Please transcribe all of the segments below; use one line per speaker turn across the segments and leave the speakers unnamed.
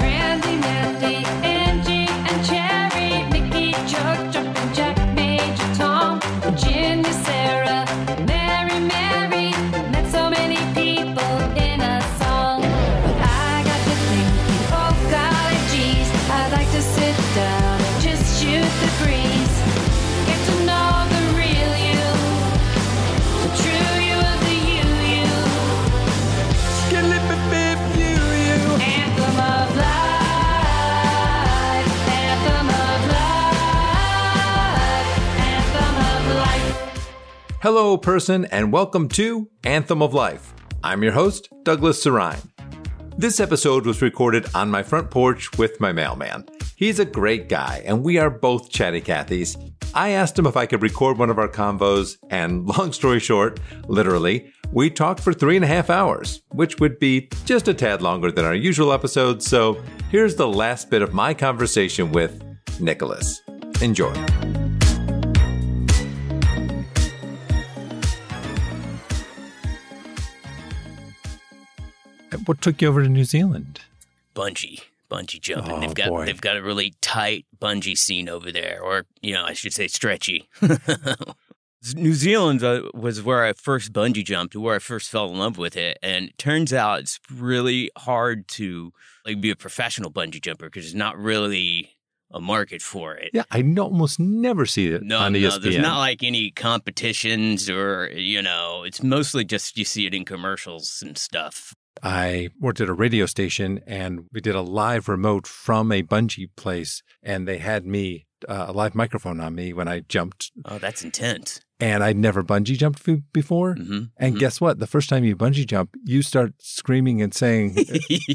Andy, Mandy, Angie, and Cherry, Mickey, Chuck, Jump, and Jack, Major, Tom, Virginia, Sarah, Mary, Mary. Met so many people in a song. But I got to thinking, oh golly geez, I'd like to sit down and just shoot the breeze. Get to know the real you, the true you of the you, you. Anthem of life, anthem of life, anthem of life.
Hello, person, and welcome to Anthem of Life. I'm your host, Douglas Serine. This episode was recorded on my front porch with my mailman. He's a great guy, and we are both chatty Cathy's. I asked him if I could record one of our convos, and long story short, literally, we talked for three and a half hours, which would be just a tad longer than our usual episode. So here's the last bit of my conversation with Nicholas. Enjoy.
What took you over to New Zealand?
bungee bungee jumping.
Oh,
they've got
boy.
they've got a really tight bungee scene over there, or you know, I should say stretchy. New Zealand uh, was where I first bungee jumped, where I first fell in love with it, and it turns out it's really hard to like be a professional bungee jumper because there's not really a market for it.
Yeah, I n- almost never see it
No,
on E
no,
ESPN.
there's not like any competitions or you know, it's mostly just you see it in commercials and stuff.
I worked at a radio station and we did a live remote from a bungee place, and they had me uh, a live microphone on me when I jumped,
Oh, that's intense.
and I'd never bungee jumped f- before.
hmm
And guess what? The first time you bungee jump, you start screaming and saying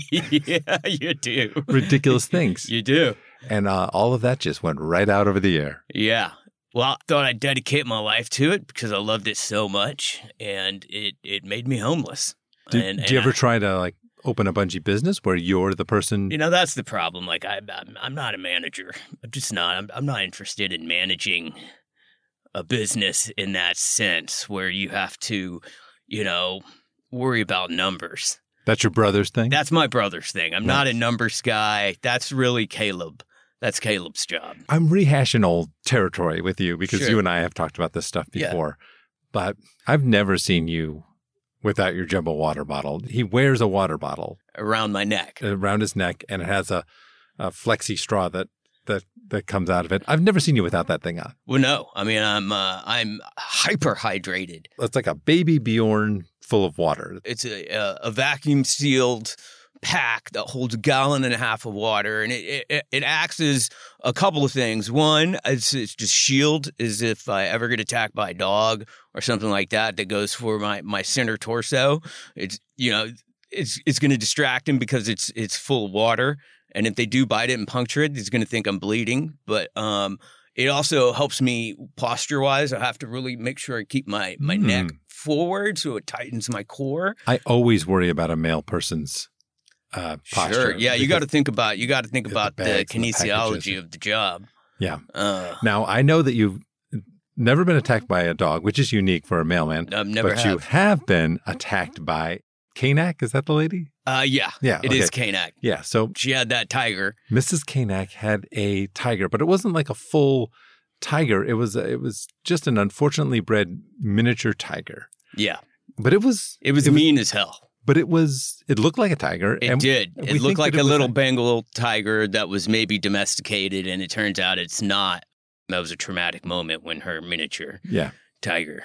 yeah, you do.
ridiculous things,
You do.
and uh, all of that just went right out over the air.
Yeah. Well, I thought I'd dedicate my life to it because I loved it so much and it, it made me homeless.
Did,
and,
do you
and
ever
I-
try to like open a bungee business where you're the person?
you know, that's the problem. Like, I, I'm, I'm not a manager. I'm just not. I'm, I'm not interested in managing a business in that sense where you have to, you know, worry about numbers.
that's your brother's thing.
That's my brother's thing. I'm not a
Nice.
numbers guy. That's really Caleb. That's Caleb's job.
I'm rehashing old territory with you because
Sure.
you and I have talked about this stuff
Yeah.
before, but I've never seen you without your jumbo water bottle. He wears a water bottle
Around my neck.
around his neck and it has a, a flexi straw that, that, that comes out of it. I've never seen you without that thing on.
Well, no. I mean, I'm uh, I'm hyper hydrated.
It's like a baby Bjorn full of water.
It's a a, a vacuum sealed pack that holds a gallon and a half of water, and it, it it acts as a couple of things. One, it's, it's just shield, as if I ever get attacked by a dog or something like that, that goes for my my center torso. It's you know. It's it's going to distract him because it's it's full of water, and if they do bite it and puncture it, he's going to think I'm bleeding. But um, it also helps me posture wise. I have to really make sure I keep my my
Hmm.
neck forward so it tightens my core.
I always worry about a male person's uh, posture.
Sure, yeah, you
because-
got to think about you got to think
the
about the,
bags and the
kinesiology
packages.
of the job.
Yeah.
uh,
Now, I know that you've never been attacked by a dog, which is unique for a mailman.
I've never
but
had.
you have been attacked by Kanak. Is that the lady?
uh, yeah,
Yeah,
it is Kanak.
Yeah. So
She had that tiger.
Mrs. Kanak had a tiger, but it wasn't like a full tiger. It was it was just an unfortunately bred miniature tiger.
Yeah,
But it was
it was mean as hell.
but it was it looked like a tiger.
It
and
did.
we
It
think
looked like
that it
a
was
little
a-
Bengal tiger that was maybe domesticated, and it turns out it's not. That was a traumatic moment when her miniature
Yeah.
tiger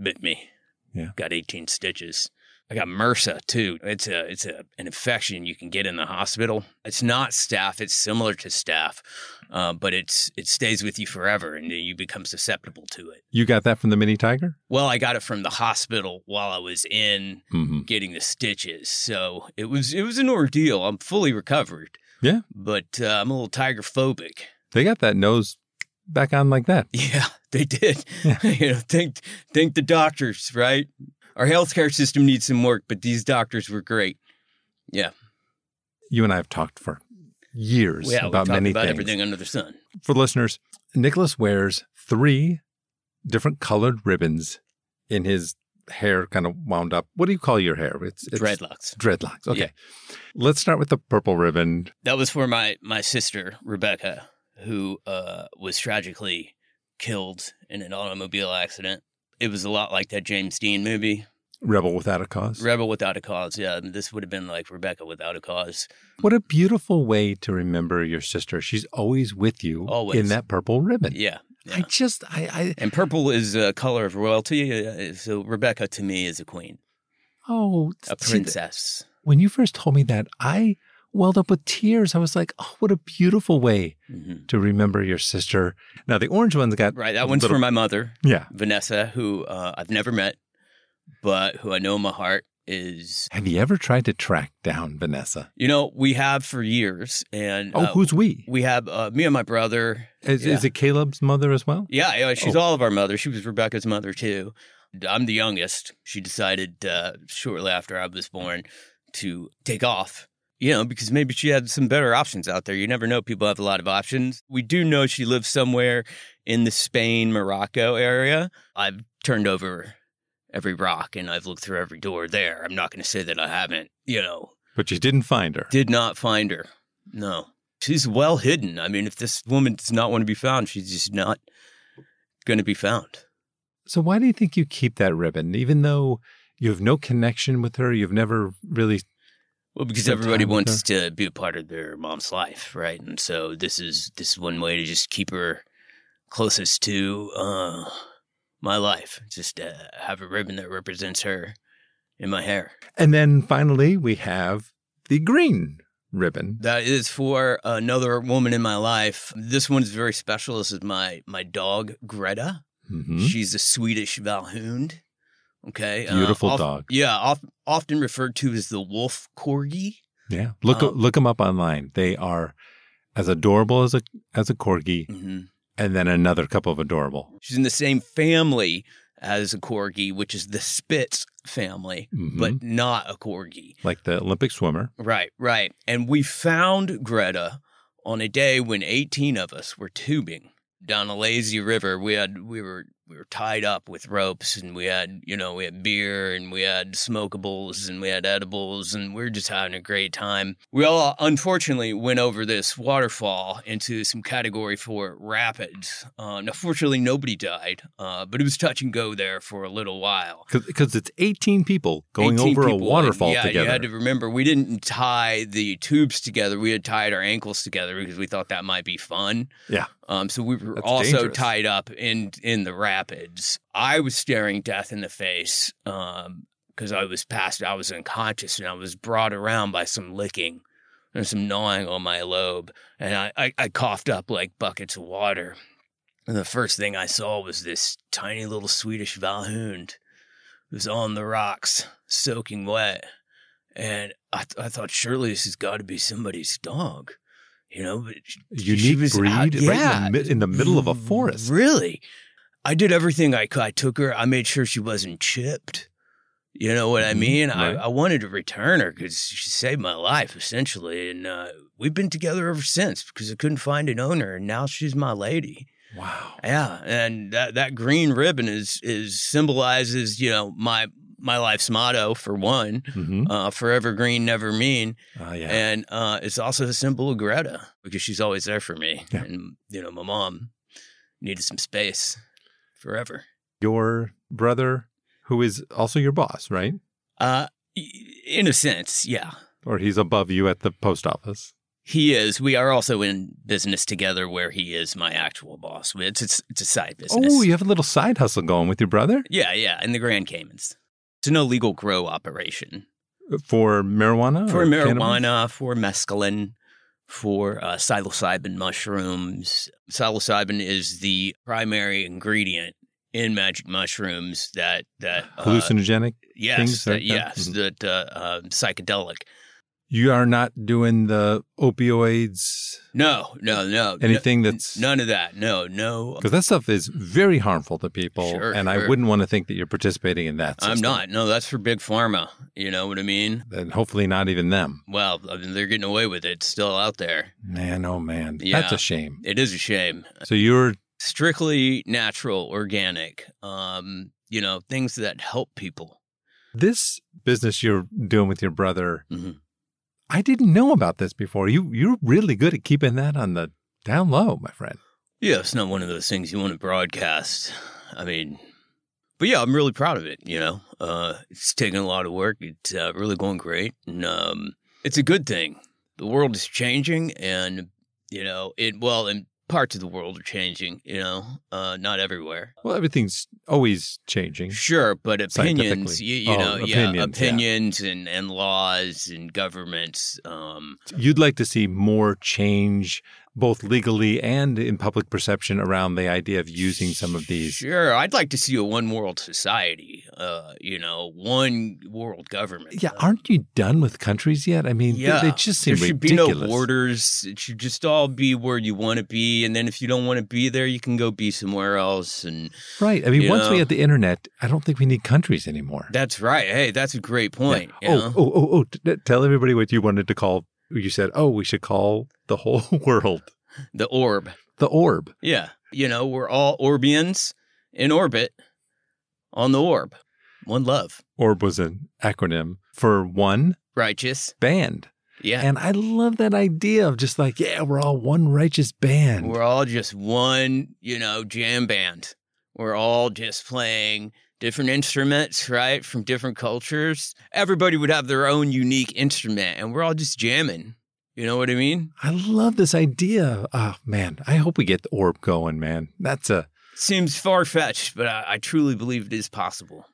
bit me.
Yeah.
Got 18 stitches. I got MRSA too. It's a it's a an infection you can get in the hospital. It's not staph. It's similar to staph, uh, but it's it stays with you forever, and you become susceptible to it.
You got that from the mini tiger?
Well, I got it from the hospital while I was in
Mm-hmm.
getting the stitches, so it was it was an ordeal. I'm fully recovered.
Yeah.
but uh, I'm a little tiger phobic.
They got that nose back on like that.
Yeah, they did.
Yeah.
you know, thank thank the doctors, right? Our healthcare system needs some work, but these doctors were great.
You and I have talked for years
Yeah,
about
we talked
many
about
things.
everything under the sun.
for listeners, Nicholas wears three different colored ribbons in his hair kind of wound up. What do you call your hair? It's, it's
dreadlocks.
Dreadlocks. Okay. Let's start with the purple ribbon.
That was for my my sister Rebecca, who uh, was tragically killed in an automobile accident. It was a lot like that James Dean movie,
Rebel without a cause.
Rebel Without a Cause. Yeah, and this would have been like Rebecca Without a Cause.
What a beautiful way to remember your sister. She's always with you
Always.
in that purple ribbon.
Yeah.
I just, I, I,
And purple is a color of royalty. uh, So Rebecca to me is a queen,
oh,
a
see, th-
princess.
when you first told me that, I welled up with tears. I was like, oh, what a beautiful way
Mhm.
to remember your sister. Now, the orange one's got,
Right. That one's
Little-
for my mother,
yeah.
Vanessa, who uh, I've never met, but who I know in my heart is.
Have you ever tried to track down Vanessa?
You know, we have for years, and
Oh,
uh,
who's we?
we have uh, me and my brother.
Is,
yeah.
is it Caleb's mother as well?
Yeah, yeah, she's
Oh.
all of our mothers. She was Rebecca's mother too. I'm the youngest. She decided uh, shortly after I was born to take off. You know, because maybe she had some better options out there. You never know. People have a lot of options. We do know she lives somewhere in the Spain, Morocco area. I've turned over every rock and I've looked through every door there. I'm not going to say that I haven't, you know,
But you didn't find her.
did not find her. No. She's well hidden. I mean, if this woman does not want to be found, she's just not going to be found.
So why do you think you keep that ribbon, even though you have no connection with her? You've never really
Well, because
Spend
everybody
time with
wants to be a part of their mom's life, right? And so this is this is one way to just keep her closest to uh, my life. Just uh, have a ribbon that represents her in my hair.
And then finally, we have the green ribbon.
That is for another woman in my life. This one's very special. This is my my dog Greta.
Mhm.
She's a Swedish Valhund. Okay. uh,
Beautiful
of-
dog.
Yeah. Of, often referred to as the wolf corgi.
Yeah, look
Um,
look them up online. They are as adorable as a as a corgi,
Mhm.
and then another couple of adorable.
She's in the same family as a corgi, which is the Spitz family,
Mhm.
but not a corgi.
like the Olympic swimmer.
Right. Right. And we found Greta on a day when 18 of us were tubing down a lazy river. We had, we were, we were tied up with ropes and we had, you know, we had beer and we had smokables and we had edibles and we were just having a great time. We all unfortunately went over this waterfall into some category four rapids. Uh, now, fortunately, nobody died, uh, but it was touch and go there for a little while
Because it's 18 people going
18
over a
people, and
waterfall
yeah,
together.
You had to remember we didn't tie the tubes together. We had tied our ankles together because we thought that might be fun.
Yeah.
Um, so we were
That's
also
dangerous.
tied up in in the rapids. I was staring death in the face um, because I was past. I was unconscious and I was brought around by some licking and some gnawing on my lobe, and I, I, I coughed up like buckets of water. And the first thing I saw was this tiny little Swedish Valhund who's on the rocks, soaking wet. And I, th- I thought, surely this has got to be somebody's dog, you know? But she- she
Unique
was
breed
out-
right
yeah. mm,
in the, mi- in the middle of a forest.
Really? I did everything I could. I took her. I made sure she wasn't chipped. You know what I
Mhm,
mean?
right.
I, I wanted to return her because she saved my life, essentially. And uh, we've been together ever since because I couldn't find an owner. And now she's my lady.
Wow.
Yeah. And that, that green ribbon is, is symbolizes, you know, my, my life's motto for one
hmm
uh, forever green, never mean.
Oh, yeah.
And uh, it's also a symbol of Greta because she's always there for me.
Yeah.
And, you know, my mom needed some space forever.
your brother, who is also your boss, right?
Uh, y- in a sense, yeah.
Or he's above you at the post office.
He is. We are also in business together where he is my actual boss. It's, it's, it's a side business.
Oh, you have a little side hustle going with your brother
Yeah, yeah. In the Grand Caymans. It's an illegal grow operation
for marijuana?
for
or Hmm. cannabis?
marijuana, for mescaline, for uh, psilocybin mushrooms. Psilocybin is the primary ingredient in magic mushrooms that that uh,
hallucinogenic.
yes,
things
that,
like that?
yes,
Mhm.
that uh, uh, psychedelic.
You are not doing the opioids,
No, no, no, no-
anything that's
none of that. No, no.
because that stuff is very harmful to people,
Sure,
and I
sure.
wouldn't want to think that you're participating in that.
I'm
system.
not. No, that's for big pharma. You know what I mean?
and hopefully not even them.
Well, I mean, they're getting away with it. It's still out there.
Man, oh man, that's
Yeah.
a shame.
It is a shame.
So you're
strictly natural, organic. Um, you know, things that help people.
This business you're doing with your brother,
Mhm.
I didn't know about this before. You you're really good at keeping that on the down low, my friend.
Yeah, it's not one of those things you want to broadcast. I mean, but yeah, I'm really proud of it. You know, uh, it's taken a lot of work. It's uh, really going great, and um, it's a good thing. The world is changing, and you know, it well, and parts of the world are changing. You know, uh, not everywhere.
Well, everything's always changing.
Sure, but opinions,
Scientifically.
you, you
Oh,
know, yeah,
opinions, yeah.
opinions and, and laws and governments. Um,
You'd like to see more change both legally and in public perception around the idea of using some of these.
Sure, I'd like to see a one world society. Uh, you know, one world government.
Yeah,
Uh,
aren't you done with countries yet? I mean, yeah,
Yeah.
they, just seem
there should
ridiculous.
be no borders. It should just all be where you want to be, and then if you don't want to be there, you can go be somewhere else. And
Right. I mean,
You
once we
know?
had the internet, I don't think we need countries anymore.
that's right. Hey, that's a great point.
Yeah.
you
Oh,
know?
oh, oh, oh, t- t- Tell everybody what you wanted to call. You said, oh, we should call the whole world
the orb.
the orb.
Yeah, you know, we're all Orbians in orbit on the orb. One love,
Orb was an acronym for one
righteous.
band.
Yeah,
And I love that idea of just like, yeah, we're all one righteous band.
We're all just one, you know, jam band. We're all just playing different instruments, right? From different cultures. Everybody would have their own unique instrument, and we're all just jamming. You know what I mean?
I love this idea. Oh, man. I hope we get the orb going, man. That's a,
Seems far fetched, but I, I truly believe it is possible.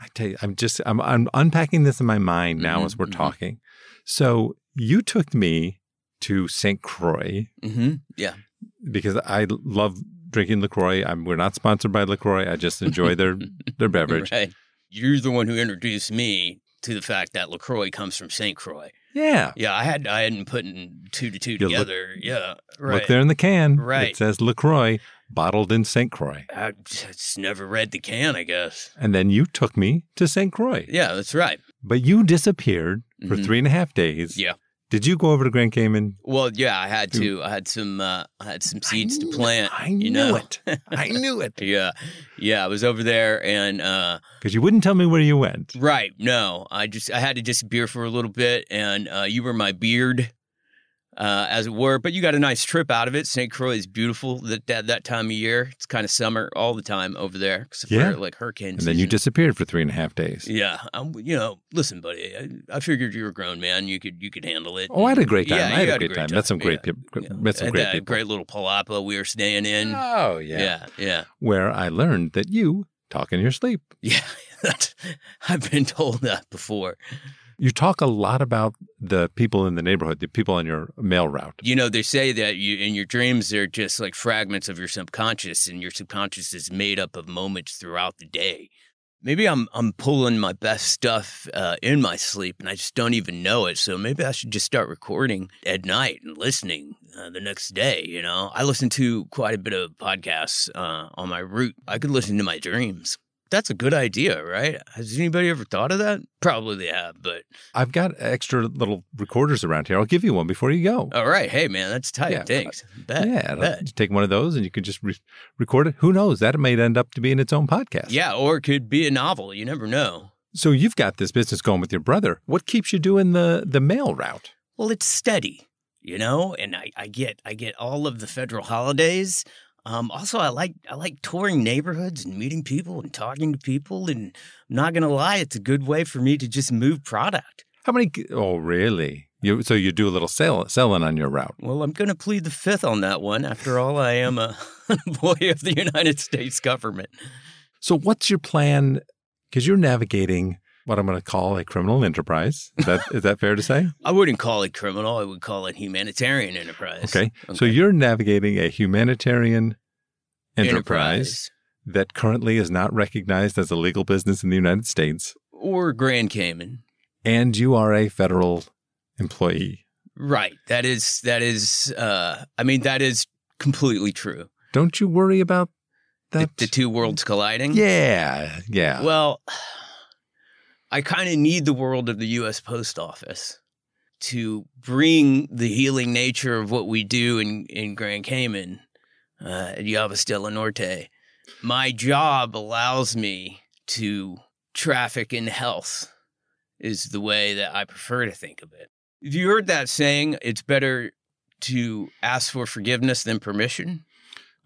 I tell you, I'm just, I'm, I'm unpacking this in my mind now
Mhm,
as we're
mhm.
talking. So you took me to St. Croix
hmm Yeah.
because I love drinking LaCroix. I'm, we're not sponsored by LaCroix. I just enjoy their, their beverage.
Right. You're the one who introduced me to the fact that LaCroix comes from St. Croix.
Yeah.
Yeah, I had I hadn't put in two to two
look-
together. yeah.
Look
Right.
there in the can. It
Right.
says LaCroix, bottled in St. Croix.
I just never read the can, I guess.
And then you took me to St. Croix.
Yeah, that's right.
But you disappeared for
Mhm.
three and a half days.
Yeah.
Did you go over to Grand Cayman?
Well, yeah, I had
Dude.
to. I had some. Uh, I had some seeds to
knew-
plant.
I
you
knew
know?
it. I knew it.
Yeah, yeah. I was over there, and uh,
Because you wouldn't tell me where you went.
right. No, I just I had to disappear for a little bit, and uh, you were my beard, uh, as it were. But you got a nice trip out of it. Saint Croix is beautiful that that, that time of year. It's kind of summer all the time over there, except
Yeah.
for like hurricane
And then you
season.
disappeared for three and a half days.
Yeah, I'm, you know, listen, buddy. I, I figured you were a grown man. You could you could handle it.
Oh, I had a great time.
Yeah,
I
you
had a great time. That's some great
Yeah.
people.
Yeah.
Met some
And
great
that
people.
Great little palapa we were staying in.
Oh yeah.
yeah, yeah,
Where I learned that you talk in your sleep.
yeah. That's, I've been told that before.
You talk a lot about the people in the neighborhood, the people on your mail route.
You know, they say that you in your dreams they're just like fragments of your subconscious, and your subconscious is made up of moments throughout the day. Maybe I'm I'm pulling my best stuff uh, in my sleep, and I just don't even know it. So maybe I should just start recording at night and listening uh, the next day. You know, I listen to quite a bit of podcasts uh, on my route. I could listen to my dreams. That's a good idea, right? Has anybody ever thought of that? Probably they have, but
I've got extra little recorders around here. I'll give you one before you go.
all right, hey man, that's tight.
Yeah. uh,
Thanks. Oh, Bet.
yeah,
bet.
you take one of those and you could just re- record it. Who knows? That might end up to being its own podcast.
Yeah, or it could be a novel. You never know.
So you've got this business going with your brother. What keeps you doing the the mail route?
Well, it's steady, you know, and I, I get I get all of the federal holidays. Um, also, I like I like touring neighborhoods and meeting people and talking to people. And I'm not gonna lie, it's a good way for me to just move product.
How many? Oh, really? You so you do a little sell, selling on your route.
Well, I'm gonna plead the fifth on that one. After all, I am a employee of the United States government.
So what's your plan? Because you're navigating what I'm going to call a criminal enterprise. Is that is that fair to say?
I wouldn't call it criminal. I would call it humanitarian enterprise.
Okay. So you're navigating a humanitarian enterprise that currently is not recognized as a legal business in the United States,
or Grand Cayman.
and you are a federal employee.
Right. That is that is uh I mean that is completely true.
Don't you worry about
The,
that?
the two worlds colliding.
yeah, yeah.
Well, I kind of need the world of the US Post Office to bring the healing nature of what we do in in Grand Cayman uh at Yavas del Norte. My job allows me to traffic in health, is the way that I prefer to think of it. Have you heard that saying? It's better to ask for forgiveness than permission.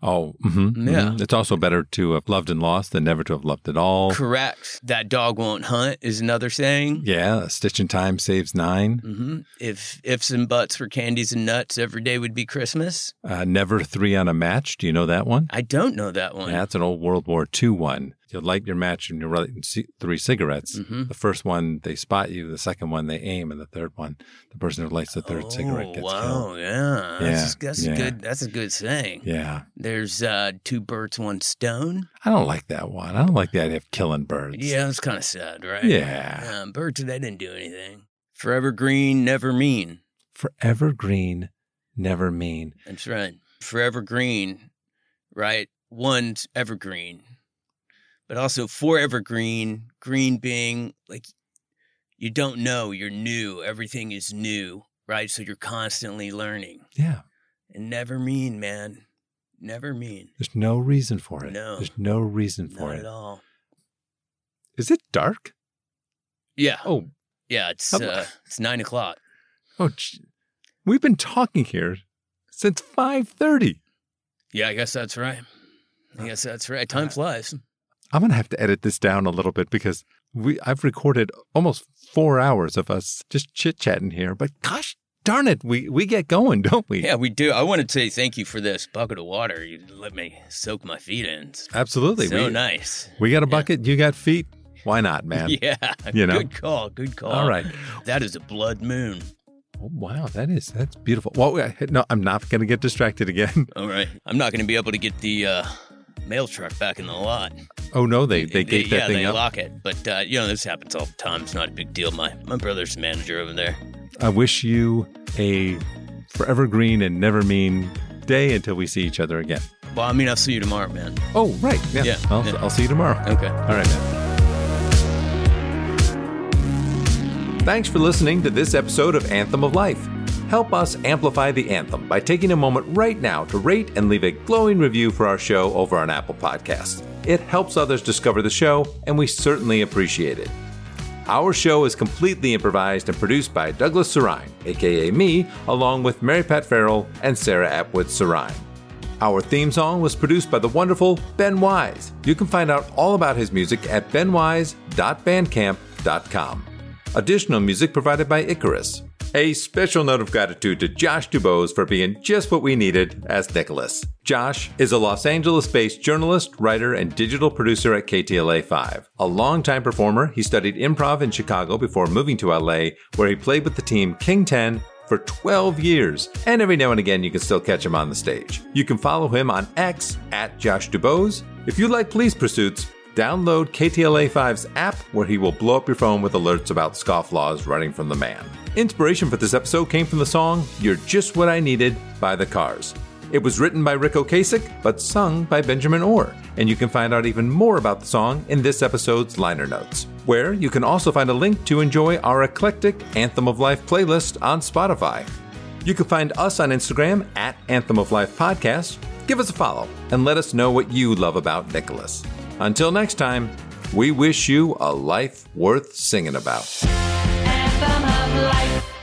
Oh,
mm-hmm,
mhm,
Yeah.
mhm. It's also better to have loved and lost than never to have loved at
Oh.
all.
Correct. That dog won't hunt is another saying.
Yeah, a stitch in time saves nine.
hmm If ifs and buts for candies and nuts, every day would be Christmas.
Uh, never three on a match. Do you know that one?
I don't know that one.
That's an old World War II one. You light your match and you light c- three cigarettes.
Mhm.
The first one they spot you. The second one they aim, and the third one, the person who lights the third cigarette gets
Oh, wow,
killed.
yeah, that's,
Yeah,
that's
yeah.
a good. That's a good saying.
Yeah,
There's uh, two birds, one stone.
I don't like that one. I don't like the idea of killing birds.
Yeah, that's kind of sad, right?
yeah.
Um, birds, they didn't do anything. Forever green, never mean.
Forever green, never mean.
That's right. Forever green, right? One's evergreen, but also forever green. Green being like you don't know, you're new. Everything is new, right? So you're constantly learning.
Yeah,
And never mean, man. Never mean.
there's no reason for it.
No.
There's no reason for
Not
it.
at all.
Is it dark?
Yeah.
Oh,
Yeah, it's
Um,
uh, it's nine o'clock.
oh, gee. we've been talking here since five thirty.
Yeah, I guess that's right. I guess that's right. Time flies.
I'm gonna have to edit this down a little bit because we I've recorded almost four hours of us just chit chatting here. But gosh darn it, we we get going, don't we?
Yeah, we do. I want to say thank you for this bucket of water. You let me soak my feet in. It's
absolutely.
so
we,
nice.
we got a bucket, you got feet. Why not, man?
yeah,
you know.
good call. Good call.
All right.
that is a blood moon.
Oh, wow, that is that's beautiful. Well, we- no, I'm not gonna get distracted again.
All right, I'm not going to be able to get the uh, mail truck back in the lot.
Oh no, they they gate that
yeah,
thing
they
up.
lock it. But uh, you know, this happens all the time. It's not a big deal. My my brother's the manager over there.
I wish you a forever green and never mean day until we see each other again.
Well, I mean, I'll see you tomorrow, man.
Oh right, yeah.
Yeah,
I'll,
yeah.
I'll see you tomorrow.
Okay.
All right, man.
Thanks for listening to this episode of Anthem of Life. Help us amplify the anthem by taking a moment right now to rate and leave a glowing review for our show over on Apple Podcasts. It helps others discover the show, and we certainly appreciate it. Our show is completely improvised and produced by Douglas Sarine, aka me, along with Mary Pat Farrell and Sarah Atwood Sarine. Our theme song was produced by the wonderful Ben Wise. You can find out all about his music at benwise.bandcamp.com. Additional music provided by Icarus. A special note of gratitude to Josh Dubose for being just what we needed as Nicholas. Josh is a Los Angeles based journalist, writer, and digital producer at KTLA 5. A longtime performer, he studied improv in Chicago before moving to LA, where he played with the team King 10 for 12 years, and every now and again you can still catch him on the stage. You can follow him on X at Josh Dubose. If you like police pursuits, download KTLA 5's app where he will blow up your phone with alerts about scofflaws running from the man. Inspiration for this episode came from the song You're Just What I Needed by The Cars. It was written by Rick Ocasek, but sung by Benjamin Orr, and you can find out even more about the song in this episode's liner notes, where you can also find a link to enjoy our eclectic Anthem of Life playlist on Spotify. You can find us on Instagram at Anthem of Life Podcast. Give us a follow and let us know what you love about Nicholas. Until next time, we wish you a life worth singing about.
Anthem of life.